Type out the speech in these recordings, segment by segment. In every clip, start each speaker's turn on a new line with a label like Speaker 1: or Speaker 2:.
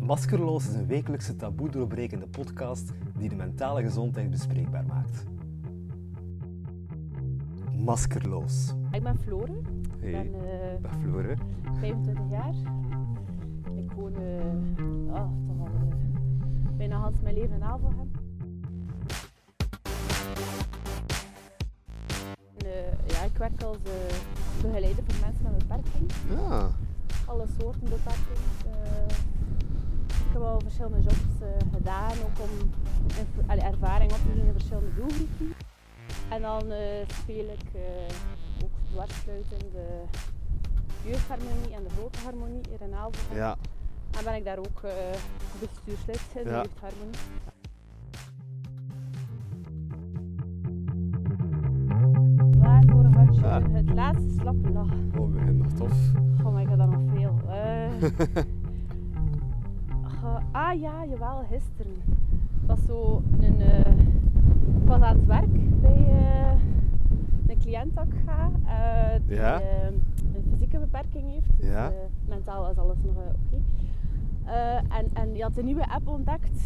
Speaker 1: Maskerloos is een wekelijkse taboe doorbrekende podcast die de mentale gezondheid bespreekbaar maakt. Maskerloos.
Speaker 2: Ik ben Flore, ik ben eh,
Speaker 1: dag Flore.
Speaker 2: 25 jaar. Ik woon eh, ah, toch al eh, bijna hans mijn leven in Avelgem. En, eh, ja, ik werk als eh, begeleider voor mensen met beperking.
Speaker 1: Ja.
Speaker 3: Ah,
Speaker 2: Alle soorten beperking. eh. ik heb al verschillende jobs eh, gedaan, ook om inf- allee, ervaring op te doen in verschillende doelgroepen. En dan eh, speel ik eh, ook dwarsfluit in de jeugdharmonie en de grote harmonie hier in Aalborg.
Speaker 1: Ja.
Speaker 2: En ben ik daar ook eh bestuurslid in de
Speaker 1: Ja.
Speaker 2: jeugdharmonie. Waarvoor had je
Speaker 1: Ah.
Speaker 2: het laatste slappe lach?
Speaker 1: Oh, we zijn nog tof.
Speaker 2: Oh my god, dat nog veel. Eh, ge- ah ja, jawel, gisteren. Het was zo een... eh, ik was aan het werk bij eh, een cliënt dat ik ga. eh, die
Speaker 1: Ja.
Speaker 2: eh, een fysieke beperking heeft. Dus,
Speaker 1: Ja.
Speaker 2: eh, mentaal was alles nog eh, oké. Eh, en, en die had een nieuwe app ontdekt.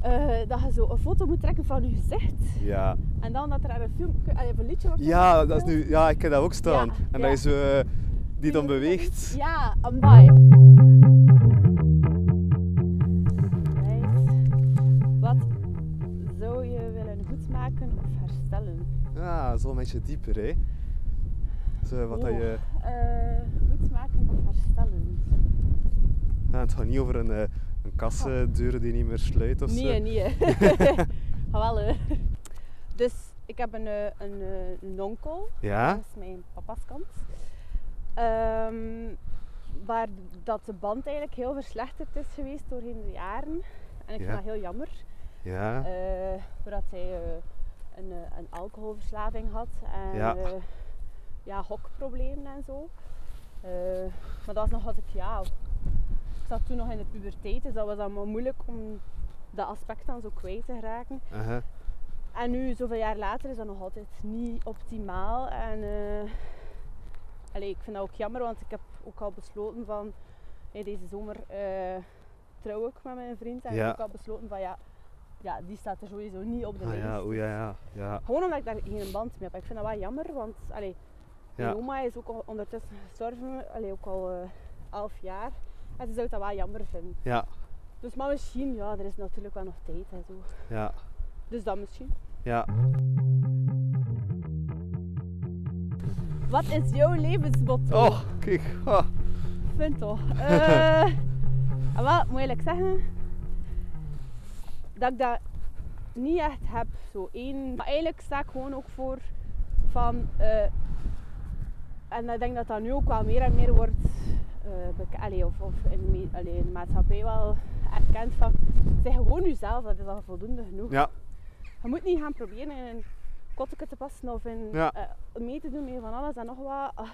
Speaker 2: eh, dat je zo een foto moet trekken van je gezicht.
Speaker 3: Ja.
Speaker 2: En dan dat er een filmpje, eh, een liedje wordt
Speaker 3: ja, dat is
Speaker 2: opgespeeld.
Speaker 3: nu, ja, ik ken dat ook staan.
Speaker 2: Ja,
Speaker 3: en
Speaker 2: ja.
Speaker 3: dat je zo, eh, die dan beweegt.
Speaker 2: Ja, amai. Right. Wat zou je willen goedmaken of herstellen?
Speaker 3: Ja, Ah, zo een beetje dieper, hè. Zo, wat dat
Speaker 2: Oeh.
Speaker 3: je,
Speaker 2: Eh, goedmaken of herstellen?
Speaker 3: ja, het gaat niet over een, eh, een kassendeur die niet meer sluit of zo.
Speaker 2: Oh. Nee, nee. Jawel. hè. Dus ik heb een, eh, een, eh, een onkel.
Speaker 3: Ja?
Speaker 2: Dat is mijn papa's kant. Ehm, waar dat de band eigenlijk heel verslechterd is geweest doorheen de jaren. En ik
Speaker 3: Ja.
Speaker 2: vind dat heel jammer.
Speaker 3: Ja.
Speaker 2: eh doordat hij eh, een, eh, een alcoholverslaving had en
Speaker 3: Ja.
Speaker 2: eh, ja, hokproblemen en zo. Eh, maar dat was nog altijd, ja, ik zat toen nog in de puberteit, dus dat was allemaal moeilijk om dat aspect dan zo kwijt te raken.
Speaker 3: aha.
Speaker 2: En nu, zoveel jaar later, is dat nog altijd niet optimaal. En eh, allee, ik vind dat ook jammer, want ik heb ook al besloten van hey, deze zomer eh, trouw ik met mijn vriend. En ik
Speaker 3: Ja.
Speaker 2: heb ook al besloten van ja, ja, die staat er sowieso niet op de
Speaker 3: Ah
Speaker 2: lijst.
Speaker 3: ja, oeh ja, ja. Ja,
Speaker 2: Gewoon omdat ik daar geen band mee heb. Ik vind dat wel jammer, want allee,
Speaker 3: ja.
Speaker 2: mijn oma is ook al ondertussen gestorven, allee, ook al eh, elf jaar. En ze zou dat wel jammer vinden.
Speaker 3: ja.
Speaker 2: Dus maar misschien, ja, er is natuurlijk wel nog tijd en zo.
Speaker 3: ja.
Speaker 2: Dus dat misschien.
Speaker 3: ja.
Speaker 2: Wat is jouw levensmotto?
Speaker 3: Oh, kijk. ah.
Speaker 2: vind toch. Eh, en wel, moet eerlijk zeggen dat ik dat niet echt heb. Zo één. Maar eigenlijk sta ik gewoon ook voor van. eh, en ik denk dat dat nu ook wel meer en meer wordt. eh bek- allee, of of in, de me- allee, in de maatschappij wel erkend van. Zeg gewoon jezelf, dat is al voldoende genoeg.
Speaker 3: Ja.
Speaker 2: Je moet niet gaan proberen in een kotteke te passen of in,
Speaker 3: Ja.
Speaker 2: eh, mee te doen met van alles en nog wat. Ah,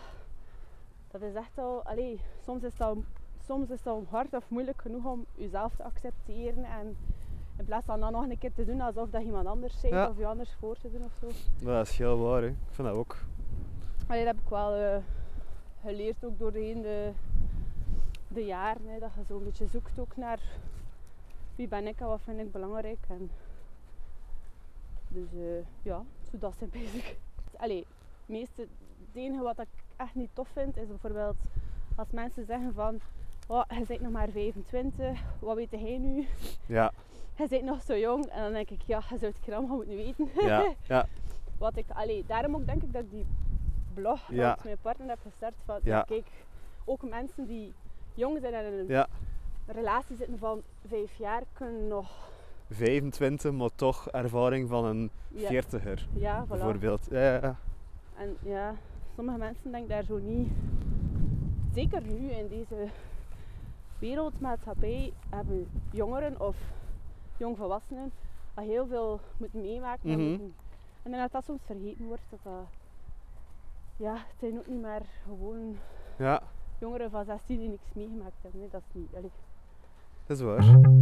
Speaker 2: dat is echt al, allee, soms is dat, soms is dat hard of moeilijk genoeg om jezelf te accepteren en in plaats van dan nog een keer te doen alsof dat iemand anders zei
Speaker 3: Ja.
Speaker 2: of je anders voor te doen of zo.
Speaker 3: Dat is heel waar, hè. Ik vind dat ook.
Speaker 2: Allee, dat heb ik wel eh, geleerd ook doorheen de, de jaren, hè, dat je zo'n beetje zoekt ook naar wie ben ik en wat vind ik belangrijk. En dus eh, ja, zo dat zijn bezig. Allee, het meeste, het enige wat ik echt niet tof vind is bijvoorbeeld als mensen zeggen van oh, je bent nog maar 25, wat weet jij nu?
Speaker 3: Ja,
Speaker 2: Je bent nog zo jong. En dan denk ik, ja, je zou het keer allemaal moeten weten.
Speaker 3: ja, ja,
Speaker 2: Wat ik, allee, daarom ook denk ik dat ik die blog
Speaker 3: Ja.
Speaker 2: met mijn partner heb gestart. Van,
Speaker 3: Ja.
Speaker 2: Kijk, ook mensen die jong zijn en in een
Speaker 3: ja.
Speaker 2: relatie zitten van vijf jaar kunnen nog.
Speaker 3: 25, maar toch ervaring van een
Speaker 2: Ja,
Speaker 3: 40er,
Speaker 2: ja voilà.
Speaker 3: bijvoorbeeld. Ja, ja, ja.
Speaker 2: En ja, sommige mensen denken daar zo niet. Zeker nu in deze wereldmaatschappij hebben jongeren of jongvolwassenen al heel veel moeten meemaken. en
Speaker 3: Mhm.
Speaker 2: moeten- En dat dat soms vergeten wordt. Dat dat, ja, het zijn ook niet meer gewoon
Speaker 3: ja.
Speaker 2: jongeren van 16 die niks meegemaakt hebben. Nee, dat is niet. Allee.
Speaker 3: Dat is waar.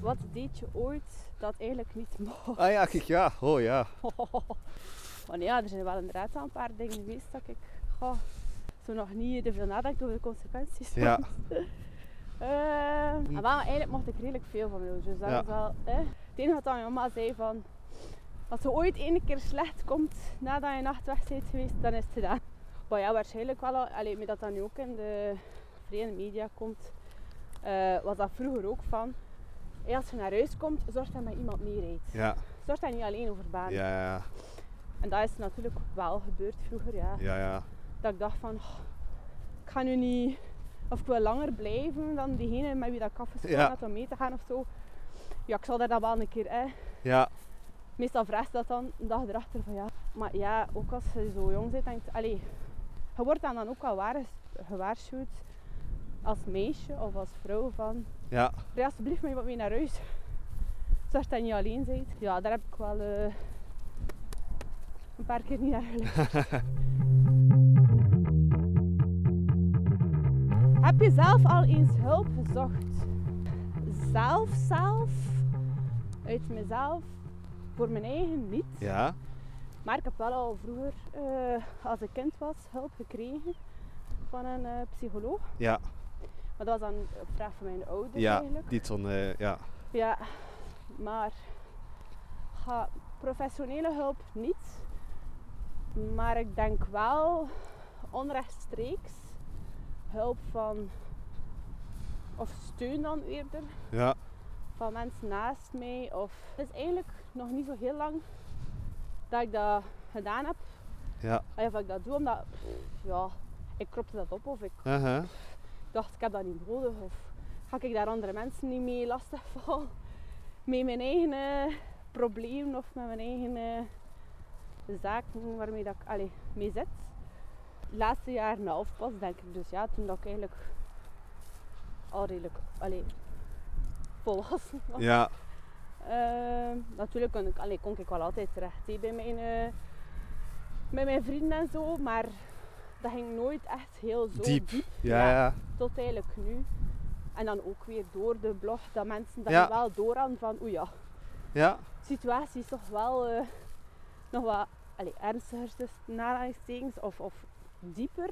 Speaker 2: Wat deed je ooit dat eigenlijk niet mocht?
Speaker 3: Ah ja, kijk, ja. Oh ja.
Speaker 2: Want ja, er zijn wel inderdaad wel een paar dingen geweest dat ik. Goh, zo nog niet te veel nadenkt over de consequenties.
Speaker 3: Ja. Hm.
Speaker 2: Eh, maar wel, eigenlijk mocht ik redelijk veel van mijn ouders. Dus dat
Speaker 3: Ja.
Speaker 2: is wel... eh. Het enige wat dan mijn mama zei van... Als ze ooit één keer slecht komt nadat je een nacht weg bent geweest, dan is het gedaan. Maar ja, waarschijnlijk wel. al- Allee, met dat dan nu ook in de vrije media komt, eh, was dat vroeger ook van... eh, als je naar huis komt, zorg dat met iemand meerijdt.
Speaker 3: Ja,
Speaker 2: Zorg dat je niet alleen over baan.
Speaker 3: ja, ja,
Speaker 2: En dat is natuurlijk wel gebeurd vroeger, ja
Speaker 3: ja, ja.
Speaker 2: dat ik dacht van, "Oh, ik ga nu niet, of ik wil langer blijven dan diegene met wie dat ik afgesproken
Speaker 3: Ja.
Speaker 2: had om mee te gaan of zo. Ja, ik zal daar dan wel een keer, hè.
Speaker 3: Ja,
Speaker 2: Meestal vraagt dat dan een dag erachter van ja. Maar ja, ook als je zo jong bent, denkt, allee, je wordt dan, dan ook al waar- gewaarschuwd als meisje of als vrouw van,
Speaker 3: ja,
Speaker 2: "Rij alsjeblieft met wat mee naar huis. Zorg dat je niet alleen bent. Ja, daar heb ik wel eh, een paar keer niet naar geluisterd. heb je zelf al eens hulp gezocht? Zelf, zelf? Uit mezelf? Voor mijn eigen niet.
Speaker 3: ja.
Speaker 2: Maar ik heb wel al vroeger, eh, als ik kind was, hulp gekregen van een eh, psycholoog.
Speaker 3: Ja,
Speaker 2: Maar dat was dan een vraag van mijn ouders
Speaker 3: ja,
Speaker 2: eigenlijk.
Speaker 3: die ton, eh, ja,
Speaker 2: Ja, maar ja, professionele hulp niet. Maar ik denk wel onrechtstreeks hulp van, of steun dan eerder,
Speaker 3: ja,
Speaker 2: van mensen naast mij. Of, het is eigenlijk nog niet zo heel lang dat ik dat gedaan heb.
Speaker 3: ja.
Speaker 2: Allee, Of dat ik dat doe, omdat pff, ja, ik kropte dat op of ik
Speaker 3: Uh-huh.
Speaker 2: dacht, ik heb dat niet nodig. Of ga ik daar andere mensen niet mee lastig vallen? Met mijn eigen eh, probleem of met mijn eigen eh, zaken waarmee dat ik allee, mee zit. Laatste jaar en een half pas, denk ik. Dus ja, toen dat ik eigenlijk al redelijk allee, volwassen was.
Speaker 3: Ja,
Speaker 2: Ehm, natuurlijk kon ik, allee, kon ik wel altijd terecht hé, bij, mijn, eh, bij mijn vrienden en zo. Maar dat ging nooit echt heel zo
Speaker 3: Diep.
Speaker 2: diep
Speaker 3: ja, ja.
Speaker 2: tot eigenlijk nu. En dan ook weer door de blog dat mensen daar
Speaker 3: Ja.
Speaker 2: wel door aan van oei ja,
Speaker 3: Ja,
Speaker 2: de situatie is toch wel eh, nog wat allee, ernstiger dus aanhalingstekens of, of dieper.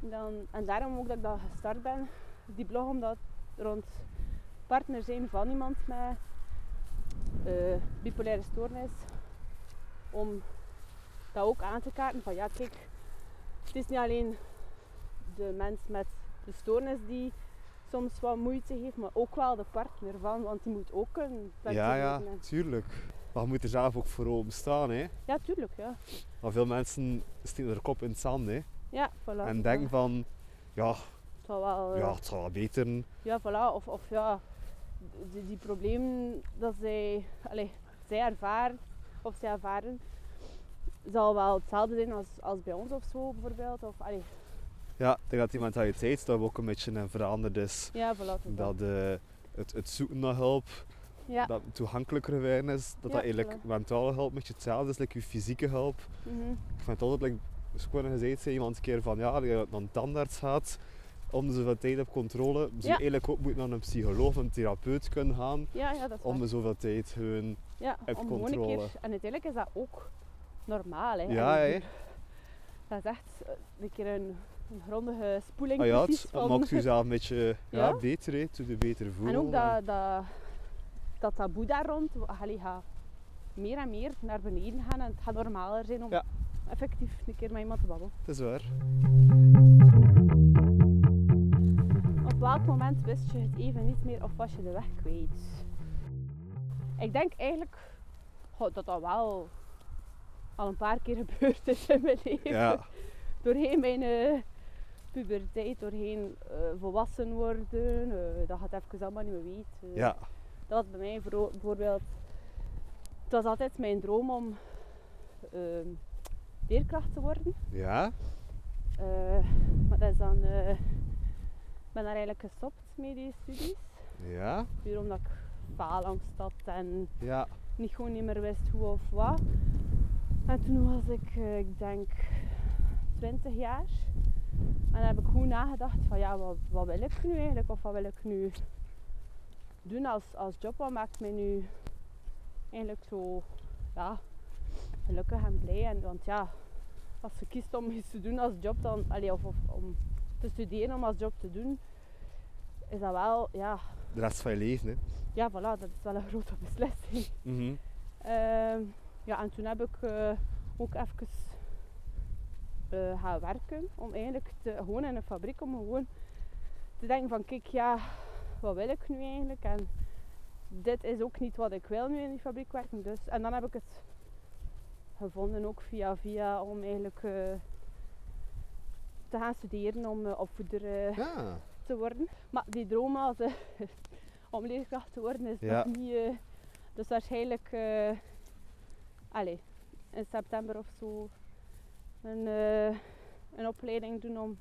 Speaker 2: Dan, en daarom ook dat ik dat gestart ben, die blog, omdat rond partner zijn van iemand met eh, bipolaire stoornis, om dat ook aan te kaarten van ja kijk, het is niet alleen de mens met de stoornis die soms wat moeite heeft, maar ook wel de partner van, want die moet ook een
Speaker 3: ja, ja,
Speaker 2: functioneren.
Speaker 3: tuurlijk. Maar je moet er zelf ook voor open staan, hè.
Speaker 2: Ja, tuurlijk, ja.
Speaker 3: Maar veel mensen steken hun kop in het zand, hè.
Speaker 2: Ja, voilà.
Speaker 3: En
Speaker 2: voilà.
Speaker 3: denken van, ja,
Speaker 2: Het zal wel... eh,
Speaker 3: Oh, ja, het zal wel beter.
Speaker 2: ja, voilà. Of, of ja, die, die problemen dat zij, allee, zij ervaren, of zij ervaren, zal wel hetzelfde zijn als, als bij ons of zo, bijvoorbeeld. Of, allee,
Speaker 3: Ja, ik denk dat die mentaliteit daar ook een beetje in veranderd is.
Speaker 2: ja, voilà. het is
Speaker 3: Dat eh, het, het zoeken naar hulp,
Speaker 2: Ja.
Speaker 3: dat het toegankelijker wijn is, dat
Speaker 2: Ja,
Speaker 3: dat eigenlijk
Speaker 2: voilà.
Speaker 3: mentale hulp met je hetzelfde is, like je fysieke hulp.
Speaker 2: mhm.
Speaker 3: Ik vind het altijd, like, schoon gezegd zei iemand een keer van, ja, dat je naar een tandarts gaat, om de zoveel tijd op controle, zou je
Speaker 2: Ja.
Speaker 3: eigenlijk ook moeten naar een psycholoog, een therapeut kunnen gaan,
Speaker 2: ja, ja, dat is
Speaker 3: om
Speaker 2: waar.
Speaker 3: de zoveel tijd hun...
Speaker 2: Ja,
Speaker 3: uit
Speaker 2: om gewoon een
Speaker 3: controle.
Speaker 2: keer... En uiteindelijk is dat ook normaal, hè.
Speaker 3: Ja,
Speaker 2: Allee,
Speaker 3: hè.
Speaker 2: Dat is echt eh, een keer een, een grondige spoeling
Speaker 3: Ah ja,
Speaker 2: precies
Speaker 3: het
Speaker 2: van-
Speaker 3: maakt jezelf een beetje ja?
Speaker 2: Ja.
Speaker 3: beter, hè. Het doet je beter voelen.
Speaker 2: En ook dat, dat, dat taboe daar rond allee, gaat meer en meer naar beneden gaan en het gaat normaler zijn om
Speaker 3: Ja.
Speaker 2: effectief een keer met iemand te babbelen.
Speaker 3: Het is waar.
Speaker 2: Op welk moment wist je het even niet meer of was je de weg kwijt? Ik denk eigenlijk goh, dat dat wel al een paar keer gebeurd is in mijn leven.
Speaker 3: Ja,
Speaker 2: doorheen mijn eh, puberteit, doorheen eh, volwassen worden, eh, dat gaat even allemaal niet meer weet. eh.
Speaker 3: ja,
Speaker 2: Dat was bij mij vooral- bijvoorbeeld. Het was altijd mijn droom om ehm, leerkracht te worden.
Speaker 3: ja,
Speaker 2: Eh, maar dat is dan. eh, ik ben daar eigenlijk gestopt met die studies.
Speaker 3: ja,
Speaker 2: Puur omdat ik faalangst had en
Speaker 3: ja.
Speaker 2: niet gewoon niet meer wist hoe of wat. En toen was ik, eh, ik denk, 20 jaar. En dan heb ik goed nagedacht van ja, wat, wat wil ik nu eigenlijk? Of wat wil ik nu doen als, als job? Wat maakt mij nu eigenlijk zo ja, gelukkig en blij? En, want ja, als je kiest om iets te doen als job, dan, allee, of, of om te studeren om als job te doen, is dat wel, ja,
Speaker 3: De rest van je leven, hè. Mhm.
Speaker 2: ja voilà, dat is wel een grote beslissing. Ehm, ja, en toen heb ik eh, ook even eh, gaan werken. Om eigenlijk te, gewoon in een fabriek, om gewoon te denken van kijk, ja, wat wil ik nu eigenlijk? En dit is ook niet wat ik wil nu in die fabriek werken. Dus, en dan heb ik het gevonden ook via via om eigenlijk eh, te gaan studeren om eh, opvoeder eh,
Speaker 3: Ja.
Speaker 2: te worden. Maar die droom als, eh, om leerkracht te worden is
Speaker 3: Ja.
Speaker 2: nog niet. eh, dus waarschijnlijk eh, allee, in september of zo een, eh, een opleiding doen om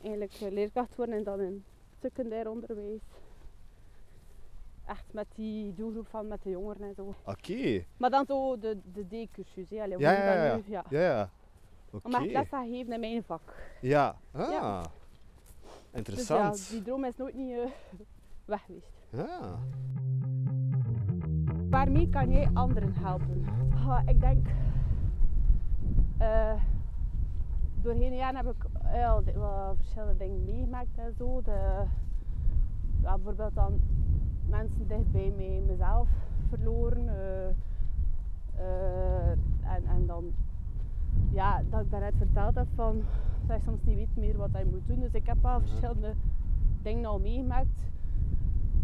Speaker 2: eigenlijk eh, leerkracht te worden en dan in het secundair onderwijs. Echt met die doelgroep van met de jongeren en zo.
Speaker 3: Oké.
Speaker 2: Maar dan zo de, de D-cursus. hè. Allee, hoe
Speaker 3: Ja,
Speaker 2: noem je dat
Speaker 3: ja,
Speaker 2: nu? ja.
Speaker 3: Ja, ja. Oké.
Speaker 2: Om echt les te gaan geven in mijn vak.
Speaker 3: Ja. Ah.
Speaker 2: Ja. Dus ja,
Speaker 3: Interessant.
Speaker 2: die droom is nooit niet eh, weg geweest.
Speaker 3: Ja.
Speaker 2: Waarmee kan jij anderen helpen? Ah, ik denk, eh, doorheen de jaren heb ik eh, al di- wat verschillende dingen meegemaakt en zo. De, ja, bijvoorbeeld dan mensen dicht bij mij, mezelf verloren. eh, eh, en, en dan, ja, dat ik daarnet verteld heb van, dat je soms niet weet meer wat je moet doen. Dus ik heb wel
Speaker 3: Mhm.
Speaker 2: verschillende dingen al meegemaakt.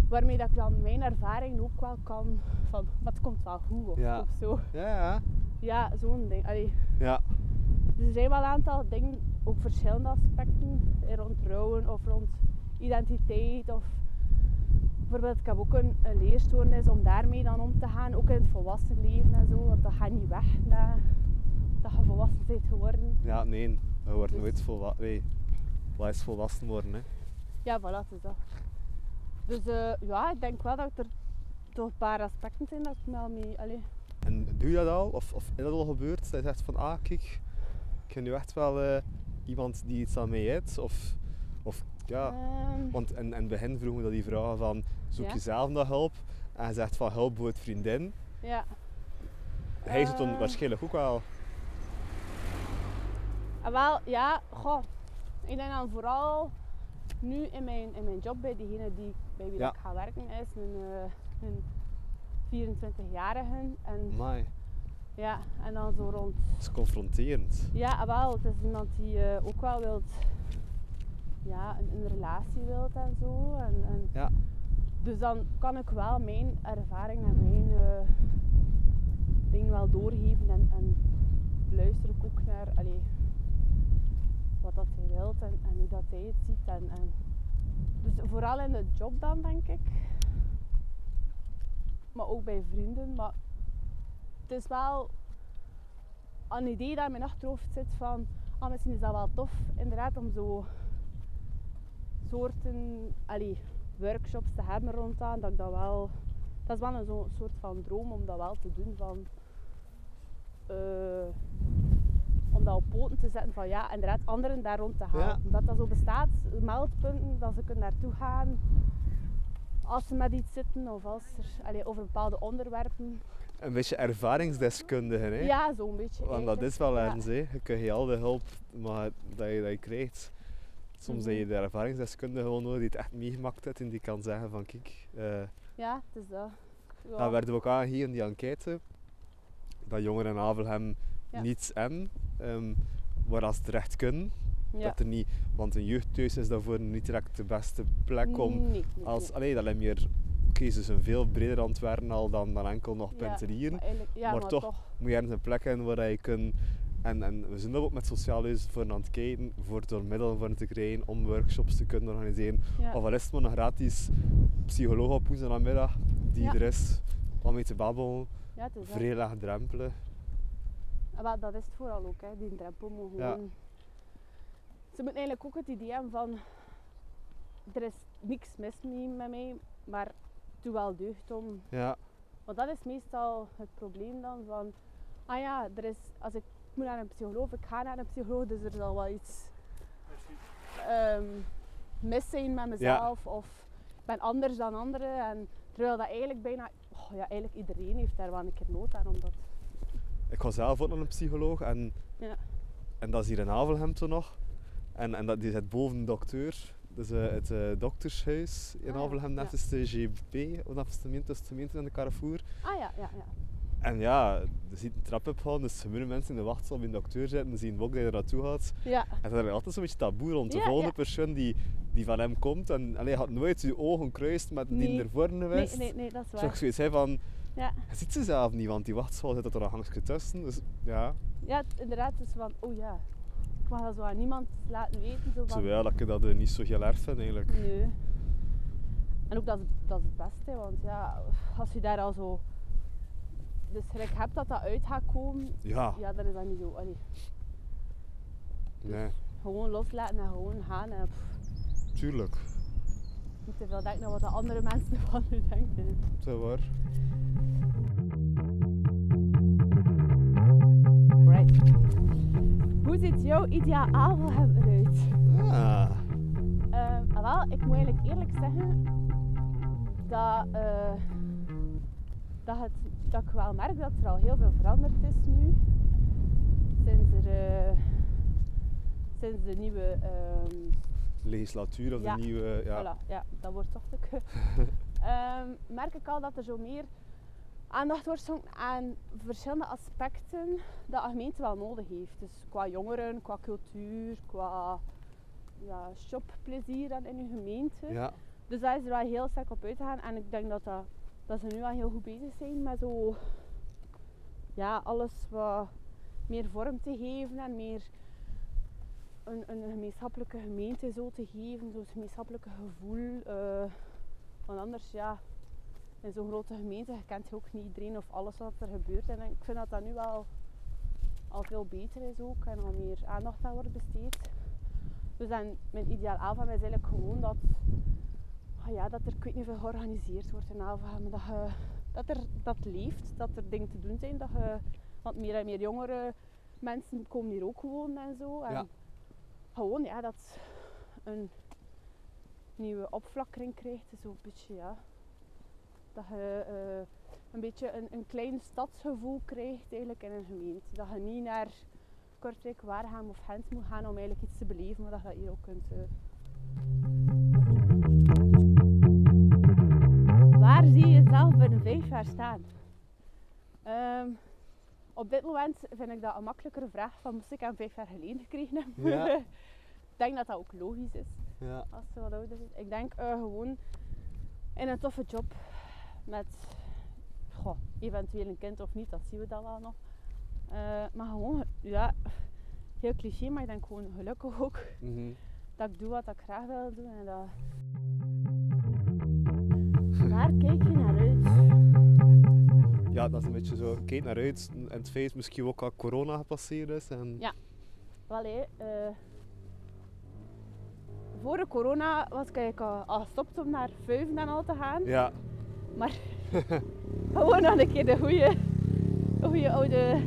Speaker 2: Waarmee dat ik dan mijn ervaring ook wel kan van, maar het komt wel goed of,
Speaker 3: Ja.
Speaker 2: of zo.
Speaker 3: Ja.
Speaker 2: Ja, zo'n ding. Allee,
Speaker 3: Ja.
Speaker 2: dus er zijn wel een aantal dingen, ook verschillende aspecten, eh, rond rouwen of rond identiteit. Of bijvoorbeeld, ik heb ook een, een leerstoornis om daarmee dan om te gaan, ook in het volwassen leven en zo, want dat gaat niet weg na dat je volwassen bent geworden.
Speaker 3: Ja, nee. We worden
Speaker 2: Dus-
Speaker 3: nooit volwassen. Nee. Wat is volwassen worden, hè?
Speaker 2: Ja, voilà, het is dat. Dus eh, ja, ik denk wel dat er toch een paar aspecten zijn dat ik me al mee... Allee,
Speaker 3: En doe je dat al? Of, of is dat al gebeurd? Dat je zegt van, ah kijk, ik ben nu echt wel eh, iemand die iets aan mij heeft. Of, of ja,
Speaker 2: ehm,
Speaker 3: want in, in het begin vroegen we dat die vragen van, zoek
Speaker 2: Ja.
Speaker 3: je zelf naar hulp? En je zegt van, hulp voor het vriendin.
Speaker 2: ja.
Speaker 3: Hij doet dan
Speaker 2: Eh.
Speaker 3: waarschijnlijk ook wel.
Speaker 2: Ah, wel, ja, goh. Ik denk dan vooral nu in mijn, in mijn job bij diegene die, bij wie
Speaker 3: Ja.
Speaker 2: ik ga werken is, een, eh, een 24-jarige. En,
Speaker 3: Amai,
Speaker 2: ja, en dan zo rond.
Speaker 3: dat is confronterend.
Speaker 2: Ja, ah, wel, het is iemand die eh, ook wel wilt, ja, een, een relatie wilt en zo. En, en,
Speaker 3: Ja.
Speaker 2: Dus dan kan ik wel mijn ervaring en mijn eh ding wel doorgeven en, en luister ik ook naar allee, wat dat hij wilt en, en hoe dat hij het ziet. En, en. Dus vooral in de job dan, denk ik. Maar ook bij vrienden. Maar het is wel een idee dat in mijn achterhoofd zit van... Ah, misschien is dat wel tof, inderdaad, om zo soorten allee, workshops te hebben rondaan. Dat ik dat wel... Dat is wel een zo'n soort van droom om dat wel te doen. Van, eh, om dat op poten te zetten van ja, inderdaad, anderen daar rond te halen.
Speaker 3: Ja.
Speaker 2: Omdat dat zo bestaat, meldpunten, dat ze kunnen naartoe gaan. Als ze met iets zitten of als er, allee, over bepaalde onderwerpen.
Speaker 3: Een beetje ervaringsdeskundige, hè?
Speaker 2: Ja, zo'n beetje.
Speaker 3: Want dat
Speaker 2: eigenlijk.
Speaker 3: is wel
Speaker 2: Ja.
Speaker 3: ergens, hè. Je krijgt al de hulp maar dat, je, dat je krijgt. Soms
Speaker 2: Mhm.
Speaker 3: heb je de ervaringsdeskundige gewoon nodig die het echt meegemaakt heeft en die kan zeggen van, kijk... eh,
Speaker 2: Ja, het is dat. Ja.
Speaker 3: Dan werden we ook aan hier in die enquête dat jongeren in Avelhem
Speaker 2: Ja.
Speaker 3: niets en ehm waar als terecht kunnen.
Speaker 2: Ja.
Speaker 3: Dat er niet, want een jeugdhuis is daarvoor niet direct de beste plek om.
Speaker 2: Nee, nee, nee.
Speaker 3: Als, allee, dat lijkt meer keuzes een veel breder aan het werden al dan, dan enkel nog
Speaker 2: Ja,
Speaker 3: penterieren.
Speaker 2: maar eigenlijk- ja,
Speaker 3: maar
Speaker 2: maar,
Speaker 3: toch-
Speaker 2: toch.
Speaker 3: Moet je ergens een plek hebben waar je kunt. En, en we zijn daar ook met sociaal huis voor aan het kijken, voor door middelen voor te krijgen, om workshops te kunnen organiseren.
Speaker 2: Ja.
Speaker 3: Of al is het maar een gratis psycholoog op woensdagmiddag die
Speaker 2: Ja.
Speaker 3: er is om mee te babbelen.
Speaker 2: ja, het is dat.
Speaker 3: Vrij laag drempelen.
Speaker 2: Ah, wel, dat is het vooral ook, hè. die drempel moet
Speaker 3: Ja.
Speaker 2: gewoon... Ze moeten eigenlijk ook het idee hebben van... Er is niks mis mee met mij, maar het doet wel deugd om...
Speaker 3: Ja,
Speaker 2: Want dat is meestal het probleem dan van... Ah ja, er is, als ik ik moet naar een psycholoog, ik ga naar een psycholoog, dus er zal wel iets ehm, mis zijn met mezelf. Of ik ben anders dan anderen. En, terwijl dat eigenlijk bijna... oh ja, eigenlijk iedereen heeft daar wel een keer nood aan, omdat...
Speaker 3: ik was zelf ook naar een psycholoog en
Speaker 2: Ja.
Speaker 3: En dat is hier in Havelhem toen nog. En, en dat, die zit boven de dokter. Dus eh, het eh, doktershuis in
Speaker 2: Ah, ja.
Speaker 3: Havelhem, net
Speaker 2: Ja.
Speaker 3: is de GP, of dat is de gemeente, tussen de gemeente en de Carrefour.
Speaker 2: Ah ja, ja, ja.
Speaker 3: En ja, je ziet een trap opgaan, dus er moeten mensen in de wachtzaal bij een dokter zitten en zien ook dat je er naartoe gaat.
Speaker 2: Ja,
Speaker 3: En dat is altijd zo'n beetje taboe rond de
Speaker 2: Ja,
Speaker 3: volgende
Speaker 2: ja.
Speaker 3: persoon die, die van hem komt. En allee, je had nooit je ogen kruist met die
Speaker 2: Nee.
Speaker 3: ervoor
Speaker 2: nee,
Speaker 3: geweest.
Speaker 2: nee, nee, dat is
Speaker 3: Zou ik
Speaker 2: waar.
Speaker 3: zoiets hebben van,
Speaker 2: Ja,
Speaker 3: je ziet ze zelf niet, want die wachtzaal zit er een hangstje tussen. Dus ja,
Speaker 2: ja het- inderdaad, het is van, oh ja, ik mag dat zo aan niemand laten weten. Zo van,
Speaker 3: terwijl ik dat eh, niet zo heel erg vind eigenlijk.
Speaker 2: Nee. En ook dat is, dat is het beste, want ja, als je daar al zo de schrik hebt dat dat uit gaat komen,
Speaker 3: Ja,
Speaker 2: ja, dan is dat niet zo. Allee,
Speaker 3: nee,
Speaker 2: gewoon loslaten en gewoon gaan en pff,
Speaker 3: tuurlijk.
Speaker 2: niet te veel denken aan wat de andere mensen van je denken.
Speaker 3: Dat waar.
Speaker 2: Right. Hoe ziet jouw ideaal avond eruit?
Speaker 3: Ah,
Speaker 2: Ehm, ah wel, ik moet eigenlijk eerlijk zeggen dat, eh, dat, het, dat ik wel merk dat er al heel veel veranderd is nu. Sinds, er, eh, sinds de nieuwe. ehm,
Speaker 3: legislatuur of
Speaker 2: Ja,
Speaker 3: de nieuwe, Eh, ja.
Speaker 2: Voilà, ja, dat wordt toch te kut. Ehm, merk ik al dat er zo meer aandacht wordt geschonken aan verschillende aspecten dat een gemeente wel nodig heeft. Dus qua jongeren, qua cultuur, qua ja, shopplezier dan in uw gemeente.
Speaker 3: Ja,
Speaker 2: Dus daar is er wel heel sterk op uit te gaan. En ik denk dat, dat, dat ze nu wel heel goed bezig zijn met zo, ja, alles wat meer vorm te geven en meer een, een gemeenschappelijke gemeente zo te geven. Zo'n gemeenschappelijke gevoel. eh, want anders, ja, in zo'n grote gemeente, je kent ook niet iedereen of alles wat er gebeurt. En ik vind dat dat nu wel al veel beter is ook en al meer aandacht aan wordt besteed. Dus dan, mijn ideaal avond is eigenlijk gewoon dat Ah ja, dat er, ik weet niet veel, georganiseerd wordt in Avelgem. Dat, je- dat, er, dat leeft, dat er dingen te doen zijn. Dat je, want meer en meer jongere mensen komen hier ook wonen en zo. En
Speaker 3: Ja.
Speaker 2: Gewoon, ja, dat het een nieuwe opflakkering krijgt. Zo een beetje, ja. Dat je eh, een beetje een, een klein stadsgevoel krijgt eigenlijk in een gemeente. Dat je niet naar Kortrijk, Waarham of Gent moet gaan om eigenlijk iets te beleven. Maar dat je dat hier ook kunt... eh, Waar zie je jezelf binnen vijf jaar staan? Ehm, op dit moment vind ik dat een makkelijkere vraag van moest ik aan vijf jaar geleden gekregen hebben.
Speaker 3: Ja.
Speaker 2: ik denk dat dat ook logisch is
Speaker 3: ja,
Speaker 2: als ze wat ouder is. Ik denk eh, gewoon in een toffe job met goh, eventueel een kind of niet, dat zien we dan wel nog. Eh, maar gewoon, ja, heel cliché, maar ik denk gewoon gelukkig ook
Speaker 3: mhm.
Speaker 2: dat ik doe wat ik graag wil doen en dat... Waar kijk je naar uit?
Speaker 3: ja, dat is een beetje zo, kijk naar uit. En het feit misschien ook al corona gepasseerd is. En,
Speaker 2: Ja. Wel hé, eh, voor de corona was ik eigenlijk al, al gestopt om naar vuiven en al te gaan.
Speaker 3: ja,
Speaker 2: Gewoon nog een keer de goede, goede oude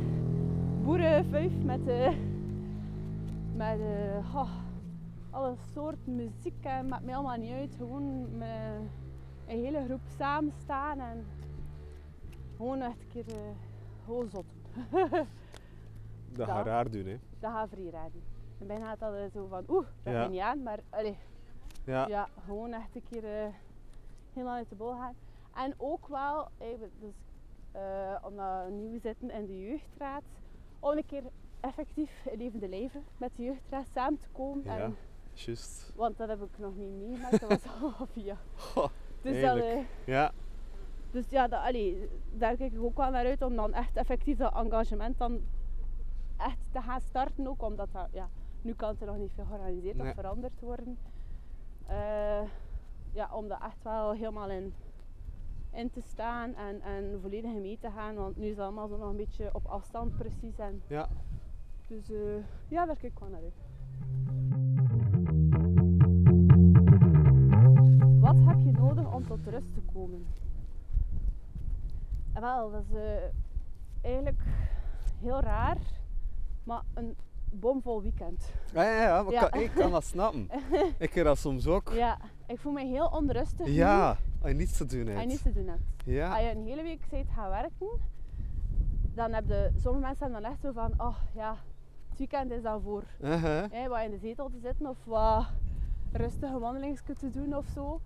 Speaker 2: boerenvuif met, eh, met eh, goh, alle soorten muziek en maakt mij allemaal niet uit. Gewoon met een hele groep samen staan en gewoon echt een keer eh gewoon zot.
Speaker 3: dat
Speaker 2: Ja.
Speaker 3: gaat raar doen. Hè.
Speaker 2: Dat gaat vrij raar. doen. En bijna gaat dat eh, zo van oeh, dat
Speaker 3: Ja.
Speaker 2: ben niet aan, maar allee,
Speaker 3: Ja.
Speaker 2: ja, gewoon echt een keer eh, helemaal uit de bol gaan. En ook wel, even, dus, eh, omdat we nieuw zitten in de jeugdraad, om een keer effectief in levende leven met de jeugdraad samen te komen.
Speaker 3: Ja.
Speaker 2: En,
Speaker 3: Juist.
Speaker 2: want dat heb ik nog niet meegemaakt, dat was allemaal via.
Speaker 3: Goh,
Speaker 2: Dus, dat,
Speaker 3: heerlijk.
Speaker 2: eh,
Speaker 3: Ja,
Speaker 2: dus ja, dat, allee, daar kijk ik ook wel naar uit om dan echt effectief dat engagement dan echt te gaan starten. Ook omdat dat, ja, nu kan het er nog niet veel georganiseerd
Speaker 3: Nee.
Speaker 2: of veranderd worden. Eh, ja, om daar echt wel helemaal in, in te staan en, en volledig in mee te gaan. Want nu is het allemaal zo nog een beetje op afstand precies. En,
Speaker 3: Ja.
Speaker 2: Dus eh, ja, daar kijk ik wel naar uit. Wat heb je nodig om tot rust te komen? Eh, Wel, dat is eh, eigenlijk heel raar, maar een bomvol weekend.
Speaker 3: ja, ja, ja, maar
Speaker 2: Ja.
Speaker 3: Kan, ik kan dat snappen. ik kan dat soms ook. Ja,
Speaker 2: Ja, ik voel me heel onrustig nu
Speaker 3: als je niets te doen hebt.
Speaker 2: en niets te Ah, doen hebt. Als
Speaker 3: Ja,
Speaker 2: je een hele week zit gaan werken, dan heb je, sommige mensen hebben dan echt zo van, oh ja, het weekend is dan voor
Speaker 3: Uh-huh.
Speaker 2: hè, wat in de zetel te zitten of wat rustige wandelingen te doen of zo.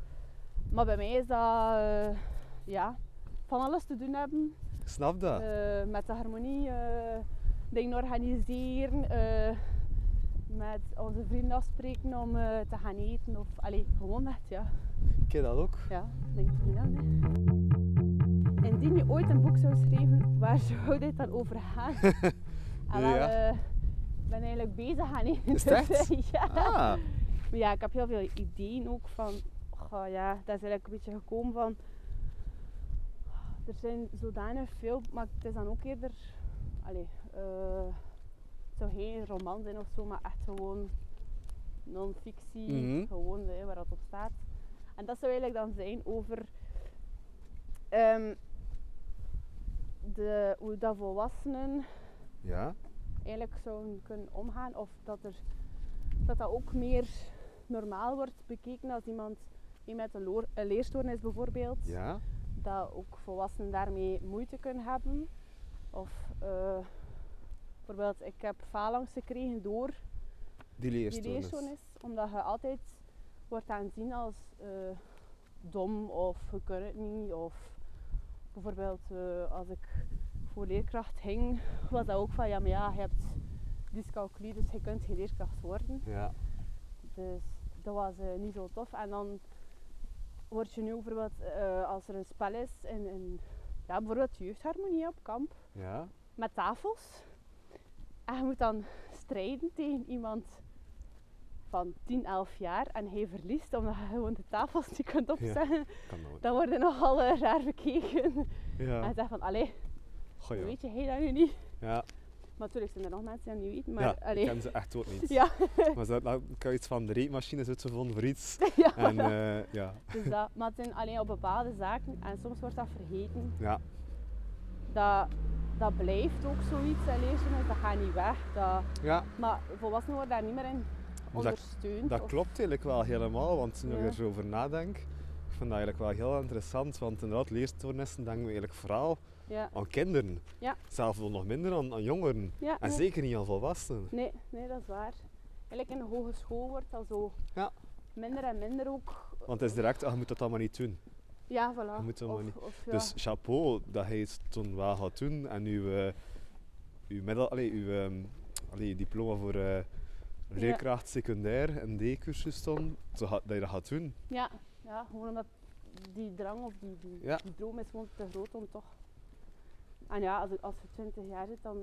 Speaker 2: Maar bij mij is dat eh, ja, van alles te doen hebben.
Speaker 3: Ik snap dat.
Speaker 2: Eh, met de harmonie, eh, dingen organiseren, eh, met onze vrienden afspreken om eh, te gaan eten. Of allee, gewoon echt, ja.
Speaker 3: Ik ken dat ook.
Speaker 2: Ja, denk er niet aan. Hè. Indien je ooit een boek zou schrijven, waar zou dit dan over gaan? Ah, wel,
Speaker 3: Ja.
Speaker 2: eh, ik ben eigenlijk bezig aan één.
Speaker 3: Is het
Speaker 2: Dus, eh, ja.
Speaker 3: Ah,
Speaker 2: Maar ja, ik heb heel veel ideeën ook van. goh, ja, dat is eigenlijk een beetje gekomen van. Er zijn zodanig veel, maar het is dan ook eerder. Allee, eh, het zou geen roman zijn of zo, maar echt gewoon non-fictie,
Speaker 3: Mhm.
Speaker 2: gewoon hè, waar dat op staat. En dat zou eigenlijk dan zijn over ehm, de, hoe dat volwassenen
Speaker 3: ja.
Speaker 2: eigenlijk zouden kunnen omgaan. Of dat, er, dat dat ook meer normaal wordt bekeken als iemand die met een, loor- een leerstoornis bijvoorbeeld.
Speaker 3: Ja.
Speaker 2: Dat ook volwassenen daarmee moeite kunnen hebben. Of eh, bijvoorbeeld, ik heb phalanx gekregen door
Speaker 3: Die
Speaker 2: die
Speaker 3: leerstoornis.
Speaker 2: leerstoornis. Omdat je altijd wordt aanzien als eh, dom of je kunt het niet. Of bijvoorbeeld eh, als ik voor leerkracht ging, was dat ook van ja, maar ja, je hebt dyscalculie, dus je kunt geen leerkracht worden.
Speaker 3: Ja.
Speaker 2: Dus dat was eh, niet zo tof. En dan word je nu bijvoorbeeld, eh, als er een spel is, in, in, ja, bijvoorbeeld jeugdharmonie op kamp,
Speaker 3: Ja.
Speaker 2: met tafels. En je moet dan strijden tegen iemand van 10, 11 jaar en hij verliest omdat je gewoon de tafels niet kunt opzetten.
Speaker 3: Kan dat ook.
Speaker 2: Dan worden nogal eh, raar bekeken. En
Speaker 3: Ja.
Speaker 2: je zegt van, allee,
Speaker 3: Goh, ja.
Speaker 2: Ah, weet je hij dat nu niet?
Speaker 3: Ja.
Speaker 2: Maar natuurlijk zijn er nog mensen die dat niet weten, maar
Speaker 3: ja. Ik
Speaker 2: allee.
Speaker 3: ken ze echt ook niet.
Speaker 2: Ja,
Speaker 3: Maar ze nou, ik had iets van de reetmachine zo gevonden voor iets.
Speaker 2: ja.
Speaker 3: En eh, ja.
Speaker 2: Dus dat, maar het zijn alleen op bepaalde zaken en soms wordt dat vergeten.
Speaker 3: Ja.
Speaker 2: Dat, dat blijft ook zoiets, en lezen, dat gaat niet weg. Dat,
Speaker 3: Ja.
Speaker 2: maar volwassenen worden daar niet meer in ondersteund.
Speaker 3: Dat
Speaker 2: of-
Speaker 3: klopt eigenlijk wel helemaal, want toen
Speaker 2: Ja.
Speaker 3: ik erover nadenk, ik vind dat eigenlijk wel heel interessant, want inderdaad, leerstoornissen denken we eigenlijk vooral
Speaker 2: Ja.
Speaker 3: aan kinderen.
Speaker 2: Ja.
Speaker 3: Zelfs wel nog minder aan, aan jongeren.
Speaker 2: Ja,
Speaker 3: En
Speaker 2: nee.
Speaker 3: zeker niet aan volwassenen.
Speaker 2: Nee, nee, dat is waar. Eigenlijk in de hogeschool wordt dat zo
Speaker 3: Ja.
Speaker 2: minder en minder ook.
Speaker 3: Want het is direct, ah, je moet dat allemaal niet doen.
Speaker 2: Ja, voilà.
Speaker 3: Je moet dat maar
Speaker 2: Of-
Speaker 3: niet-
Speaker 2: of ja.
Speaker 3: Dus chapeau dat hij het toen wel gaat doen en uw, eh, uw, middel, allee, uw ehm, allee, diploma voor eh, leerkracht secundair en D-cursus dan, zo ga- dat je dat gaat doen.
Speaker 2: ja, ja, gewoon omdat die drang of die, die,
Speaker 3: Ja.
Speaker 2: die droom is gewoon te groot om toch. En ja, als, als je 20 jaar zit, dan,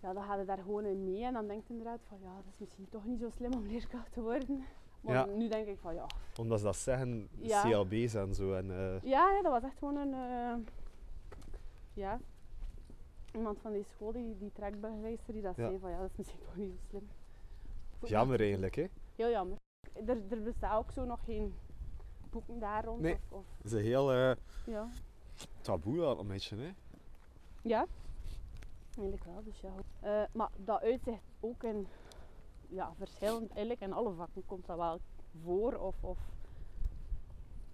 Speaker 2: ja, dan ga je daar gewoon in mee. En dan denkt je inderdaad van ja, dat is misschien toch niet zo slim om leerkracht te worden. Maar
Speaker 3: Ja.
Speaker 2: nu denk ik van ja.
Speaker 3: Omdat ze dat zeggen,
Speaker 2: Ja.
Speaker 3: CLB's en zo. En, eh,
Speaker 2: Ja, nee, dat was echt gewoon een. eh, ja. Iemand van die school, die, die trackbegeleider, die dat
Speaker 3: Ja.
Speaker 2: zei van ja, dat is misschien toch niet zo slim. Ik vond
Speaker 3: jammer eigenlijk, hè?
Speaker 2: dat Heel jammer. Er, er bestaat ook zo nog geen boeken daar rond.
Speaker 3: Nee.
Speaker 2: Of, of,
Speaker 3: Het is een heel eh,
Speaker 2: ja.
Speaker 3: taboe wel, een beetje, hè?
Speaker 2: ja, eigenlijk wel. Dus ja, goed. Eh, maar dat uitzicht ook in ja, verschillend, eigenlijk in alle vakken komt dat wel voor. Of, of,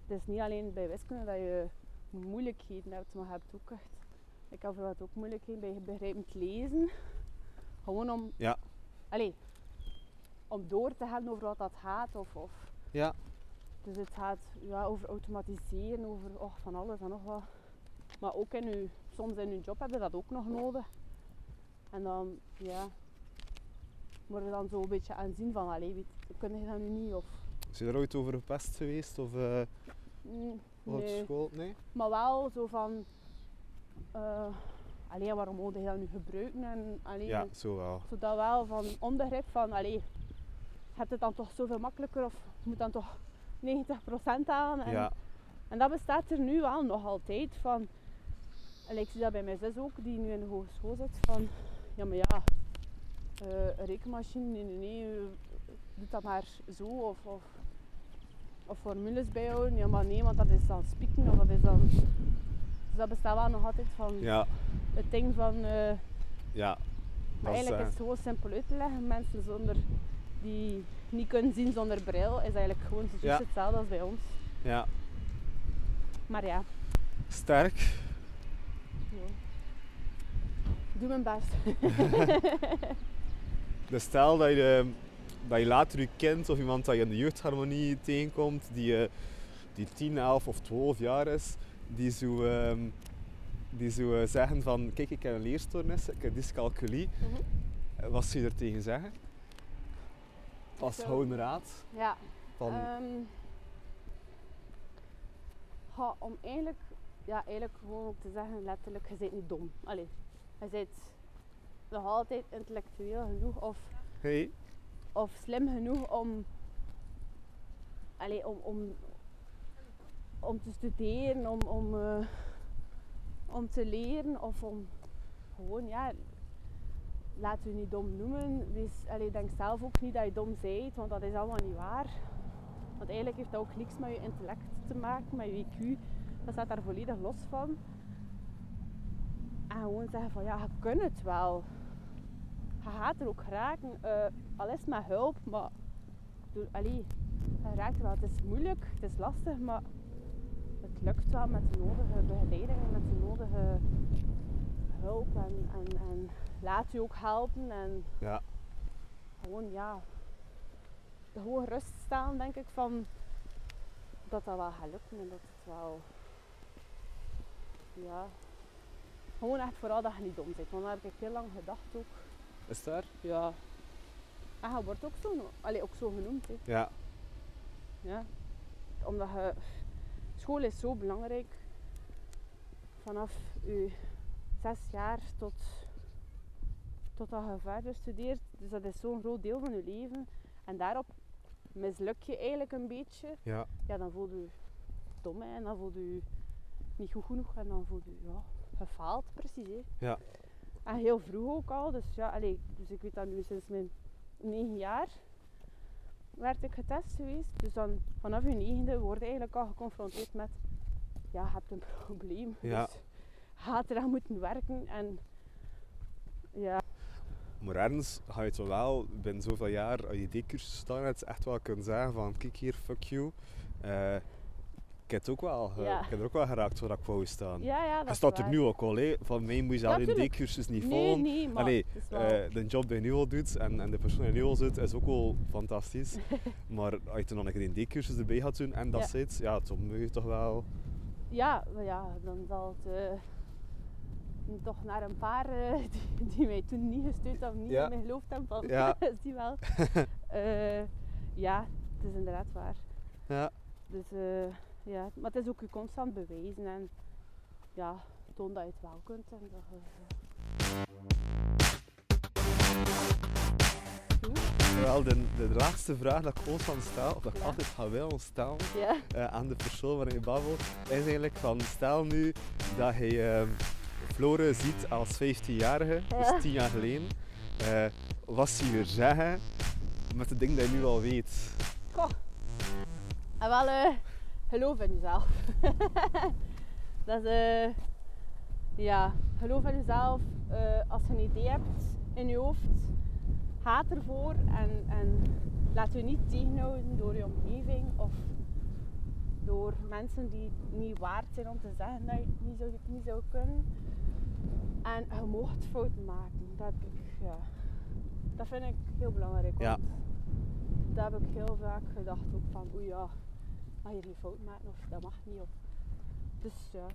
Speaker 2: het is niet alleen bij wiskunde dat je moeilijkheden hebt, maar je hebt ook echt. Ik heb bijvoorbeeld ook moeilijkheden bij begrijpend lezen. Gewoon om,
Speaker 3: Ja.
Speaker 2: allee, om door te hebben over wat dat gaat. Of, of.
Speaker 3: Ja.
Speaker 2: Dus het gaat ja, over automatiseren, over och, van alles en nog wat. Maar ook in uw, soms in uw job hebben dat ook nog nodig. En dan, ja, worden dan zo een beetje aanzien van, allee, weet, kun je dat nu niet? Of,
Speaker 3: Is je er ooit over gepest geweest of eh,
Speaker 2: mm,
Speaker 3: op
Speaker 2: nee.
Speaker 3: school? Nee?
Speaker 2: Maar wel zo van, eh allee, waarom moet je dat nu gebruiken? En, allee,
Speaker 3: Ja, zo wel.
Speaker 2: zo dat wel van onbegrip van, allee, je hebt het dan toch zoveel makkelijker of je moet dan toch 90% aan? En,
Speaker 3: Ja,
Speaker 2: En dat bestaat er nu wel nog altijd van. En ik zie dat bij mijn zus ook, die nu in de hogeschool zit, van ja maar ja, eh, een rekenmachine, nee nee nee, eh, doe dat maar zo of, of, of formules bijhouden. Ja maar nee, want dat is dan spieken of dat is dan... Dus dat bestaat wel nog altijd van
Speaker 3: ja,
Speaker 2: het ding van... eh,
Speaker 3: ja.
Speaker 2: maar
Speaker 3: Dat is,
Speaker 2: eigenlijk
Speaker 3: eh,
Speaker 2: is het gewoon simpel uit te leggen. Mensen zonder, die niet kunnen zien zonder bril, is eigenlijk gewoon precies
Speaker 3: Ja.
Speaker 2: hetzelfde als bij ons.
Speaker 3: ja.
Speaker 2: Maar ja,
Speaker 3: Sterk.
Speaker 2: Ja. Ik Doe mijn best.
Speaker 3: Dus stel dat je, eh, dat je later je kind of iemand dat je in de jeugdharmonie tegenkomt, die, eh, die 10, 11 of 12 jaar is, die zo, ehm, die zo eh, zeggen van kijk ik heb een leerstoornis, ik heb dyscalculie.
Speaker 2: Mhm.
Speaker 3: Eh, Wat zou je er tegen zeggen? Als
Speaker 2: zou-
Speaker 3: houden raad
Speaker 2: Ja.
Speaker 3: van
Speaker 2: Ehm, ja, om eigenlijk, ja, eigenlijk gewoon ook te zeggen, letterlijk, je bent niet dom. Allee, je bent nog altijd intellectueel genoeg of,
Speaker 3: hey,
Speaker 2: of slim genoeg om, allee, om, om, om te studeren, om, om, eh, om te leren of om gewoon, ja, laat u niet dom noemen. Wees, allee, denk zelf ook niet dat je dom bent, want dat is allemaal niet waar. Want eigenlijk heeft dat ook niks met je intellect te maken, met je IQ. Dat staat daar volledig los van. En gewoon zeggen van ja, je kunt het wel. Je gaat er ook raken. Eh, al is het met hulp, maar doe- allee, je raakt er wel. Het is moeilijk, het is lastig, maar het lukt wel met de nodige begeleiding en met de nodige hulp. En, en, en laat je ook helpen. En
Speaker 3: Ja.
Speaker 2: Gewoon ja, gewoon rust staan, denk ik, van dat dat wel gaat lukken en dat het wel. Ja. Gewoon echt vooral dat je niet dom bent, want daar heb ik heel lang gedacht ook.
Speaker 3: is daar?
Speaker 2: Ja. En je wordt ook zo, geno- allee, ook zo genoemd. Hè.
Speaker 3: Ja,
Speaker 2: Ja. Omdat je, school is zo belangrijk. Vanaf je zes jaar tot totdat je verder studeert. Dus dat is zo'n groot deel van je leven. En daarop misluk je eigenlijk een beetje.
Speaker 3: ja.
Speaker 2: Ja, dan voel je je dom hè, en dan voel je je niet goed genoeg en dan voel je je ja, gefaald precies. Hè.
Speaker 3: Ja.
Speaker 2: En heel vroeg ook al. Dus, ja, allee, dus ik weet dat nu sinds mijn negen jaar werd ik getest geweest. Dus dan vanaf je negende word je eigenlijk al geconfronteerd met ja, je hebt een probleem.
Speaker 3: Ja.
Speaker 2: Dus gaat eraan moeten werken en ja,
Speaker 3: Maar ergens ga je toch wel binnen zoveel jaar, als je die cursus gedaan hebt, echt wel kunnen zeggen van kijk hier, fuck you. Eh, ik heb het ook wel, ge-
Speaker 2: Ja.
Speaker 3: ik heb er ook wel geraakt waar ik wou staan.
Speaker 2: ja, ja dat
Speaker 3: Hij
Speaker 2: is
Speaker 3: staat er
Speaker 2: waar.
Speaker 3: nu ook al, hè. van mij moet je
Speaker 2: Ja,
Speaker 3: alleen die
Speaker 2: tuurlijk.
Speaker 3: cursus niet
Speaker 2: Nee,
Speaker 3: volgen.
Speaker 2: nee, maar
Speaker 3: Allee,
Speaker 2: het is wel...
Speaker 3: Eh, de job die je nu al doet en, en de persoon die je nu al zit, is ook wel fantastisch. maar als je toen nog een keer die cursus erbij gaat doen en dat
Speaker 2: Ja.
Speaker 3: zit, ja, dan moet je toch wel...
Speaker 2: Ja, maar ja, dan zal het eh, toch naar een paar eh, die, die mij toen niet gesteund of niet
Speaker 3: Ja.
Speaker 2: in mij geloofd hebben van,
Speaker 3: Ja.
Speaker 2: is die wel. Eh, ja, het is inderdaad waar.
Speaker 3: Ja.
Speaker 2: Dus eh, ja, maar het is ook je constant bewijzen en ja, toon dat je het wel kunt. En dat, je- Hm?
Speaker 3: Wel, de, de laatste vraag dat ik constant stel, of dat ik
Speaker 2: Ja.
Speaker 3: altijd ga willen stellen,
Speaker 2: ja.
Speaker 3: eh, aan de persoon waarin je babbelt, is eigenlijk van stel nu dat hij ehm Flore ziet als 15-jarige,
Speaker 2: Ja.
Speaker 3: dus 10 jaar geleden. eh, wat zie je er zeggen met de dingen die je nu al weet?
Speaker 2: Goh. En wel, eh, geloof in jezelf. dat is, eh, ja, geloof in jezelf. Eh, als je een idee hebt in je hoofd, ga ervoor en, en laat je niet tegenhouden door je omgeving of door mensen die het niet waard zijn om te zeggen dat je het niet zou, niet zou kunnen. En je mocht fouten maken. Dat, heb ik, ja. dat vind ik heel belangrijk.
Speaker 3: Ja.
Speaker 2: want daar heb ik heel vaak gedacht ook van, oei ja, mag je geen fout maken of dat mag niet. Of. Dus ja,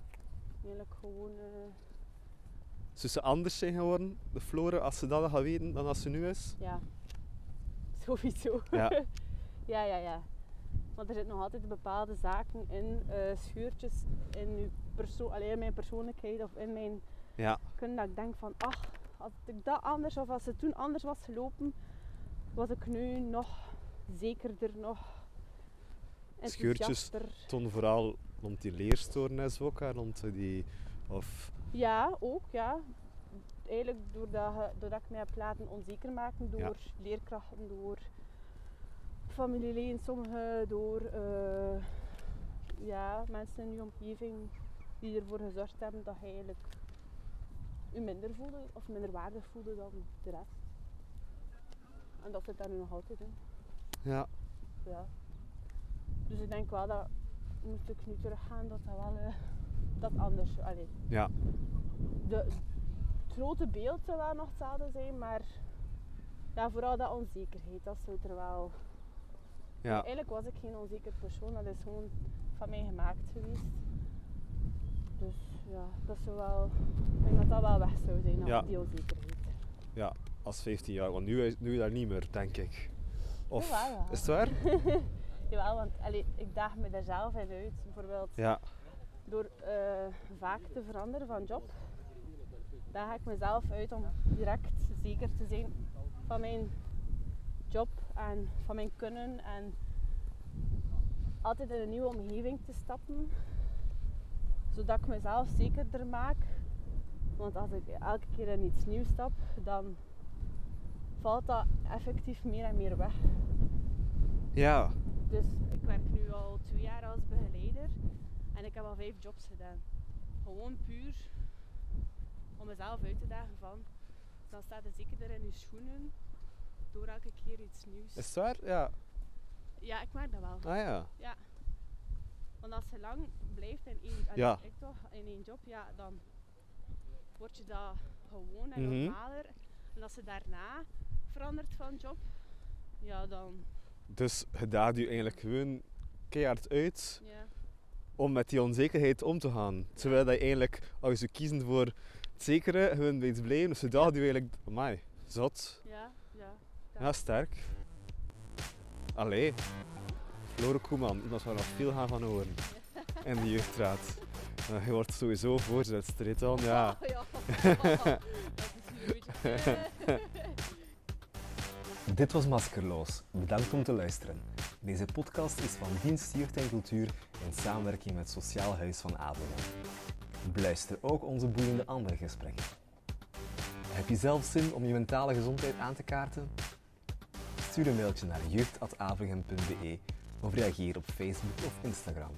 Speaker 2: eigenlijk gewoon, eh,
Speaker 3: Zou ze anders zijn geworden, de Flore, als ze dat gaat weten dan als ze nu is?
Speaker 2: ja, sowieso.
Speaker 3: Ja.
Speaker 2: ja, ja, ja. Want er zitten nog altijd bepaalde zaken in, eh, scheurtjes in, uw perso- allee, in mijn persoonlijkheid of in mijn
Speaker 3: Ja.
Speaker 2: kunnen dat ik denk van, ach, had ik dat anders of als het toen anders was gelopen, was ik nu nog zekerder, nog
Speaker 3: Scheurtjes.
Speaker 2: enthousiaster.
Speaker 3: Toen vooral rond die leerstoornis ook, hè, rond die... Of,
Speaker 2: Ja, ook, ja. Eigenlijk doordat, je- doordat ik mij heb laten onzeker maken door leerkrachten, door familieleden, sommigen, door eh, ja, mensen in je omgeving die ervoor gezorgd hebben dat je eigenlijk je minder voelde of minder waardig voelde dan de rest. En dat zit daar nu nog altijd in.
Speaker 3: ja.
Speaker 2: Ja. Dus ik denk wel dat moest ik nu teruggaan dat dat wel eh, dat anders. Allee.
Speaker 3: Ja.
Speaker 2: De, het grote beeld zou wel nog hetzelfde zijn, maar Ja, vooral dat onzekerheid, dat zit er wel.
Speaker 3: Ja,
Speaker 2: Eigenlijk was ik geen onzeker persoon, dat is gewoon van mij gemaakt geweest. Dus ja, dat zou wel, ik denk dat dat wel weg zou zijn, dat-
Speaker 3: Ja.
Speaker 2: die onzekerheid.
Speaker 3: als 15 jaar. Want nu, is- nu dat niet meer, denk ik. Of
Speaker 2: Jawel, ja.
Speaker 3: is het waar?
Speaker 2: Jawel, want allee, ik daag me daar zelf in uit. Bijvoorbeeld
Speaker 3: Ja,
Speaker 2: door eh, vaak te veranderen van job, daag ik mezelf uit om direct zeker te zijn van mijn job en van mijn kunnen. En altijd in een nieuwe omgeving te stappen, zodat ik mezelf zekerder maak. Want als ik elke keer in iets nieuws stap, dan valt dat effectief meer en meer weg.
Speaker 3: ja,
Speaker 2: Dus ik werk nu al twee jaar als begeleider en ik heb al vijf jobs gedaan. Gewoon puur om mezelf uit te dagen van, dan staat het zekerder in je schoenen door elke keer iets nieuws.
Speaker 3: is het waar? Ja,
Speaker 2: Ja, ik merk dat wel.
Speaker 3: ah ja.
Speaker 2: Want als je lang blijft in één, allee,
Speaker 3: Ja.
Speaker 2: ik toch, in één job, ja, dan word je dat gewoon en
Speaker 3: Mhm.
Speaker 2: normaler. En als je daarna verandert van job, ja dan,
Speaker 3: Dus je daagt je eigenlijk gewoon keihard uit
Speaker 2: ja.
Speaker 3: om met die onzekerheid om te gaan. Terwijl dat je eigenlijk, als je zou kiezen voor het zekere, gewoon bij iets blijven. Dus je daagt je eigenlijk, amai, zot.
Speaker 2: Ja, ja.
Speaker 3: Ja, sterk. Allee. Lore Koeman, iemand waar we nog veel gaan van horen. In de jeugdraad. Eh, Je wordt sowieso voorzitter, dan. Ja.
Speaker 2: Oh, ja. dat is huge.
Speaker 1: Dit was Maskerloos. Bedankt om te luisteren. Deze podcast is van Dienst Jeugd en Cultuur in samenwerking met Sociaal Huis van Adelman. Beluister ook onze boeiende andere gesprekken. Heb je zelf zin om je mentale gezondheid aan te kaarten? Stuur een mailtje naar jeugd.avelgem.be of reageer op Facebook of Instagram.